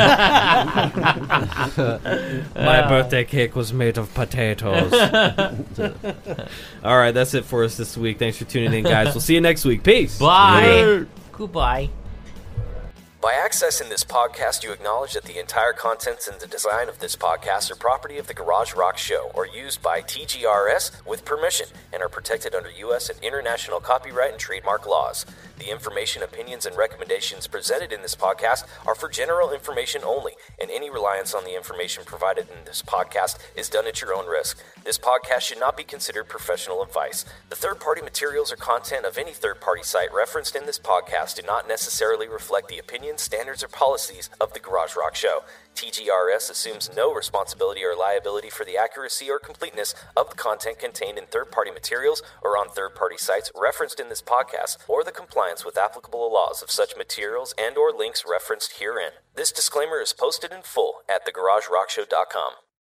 My birthday cake was made of potatoes. All right, that's it for us this week. Thanks for tuning in, guys. We'll see you next week. Peace. Bye. Goodbye. By accessing this podcast, you acknowledge that the entire contents and the design of this podcast are property of the Garage Rock Show or used by TGRS with permission and are protected under U.S. and international copyright and trademark laws. The information, opinions, and recommendations presented in this podcast are for general information only, and any reliance on the information provided in this podcast is done at your own risk. This podcast should not be considered professional advice. The third party materials or content of any third party site referenced in this podcast do not necessarily reflect the opinions opinions, standards, or policies of the Garage Rock Show. TGRS assumes no responsibility or liability for the accuracy or completeness of the content contained in third party materials or on third party sites referenced in this podcast or the compliance with applicable laws of such materials and or links referenced herein. This disclaimer is posted in full at thegaragerockshow.com.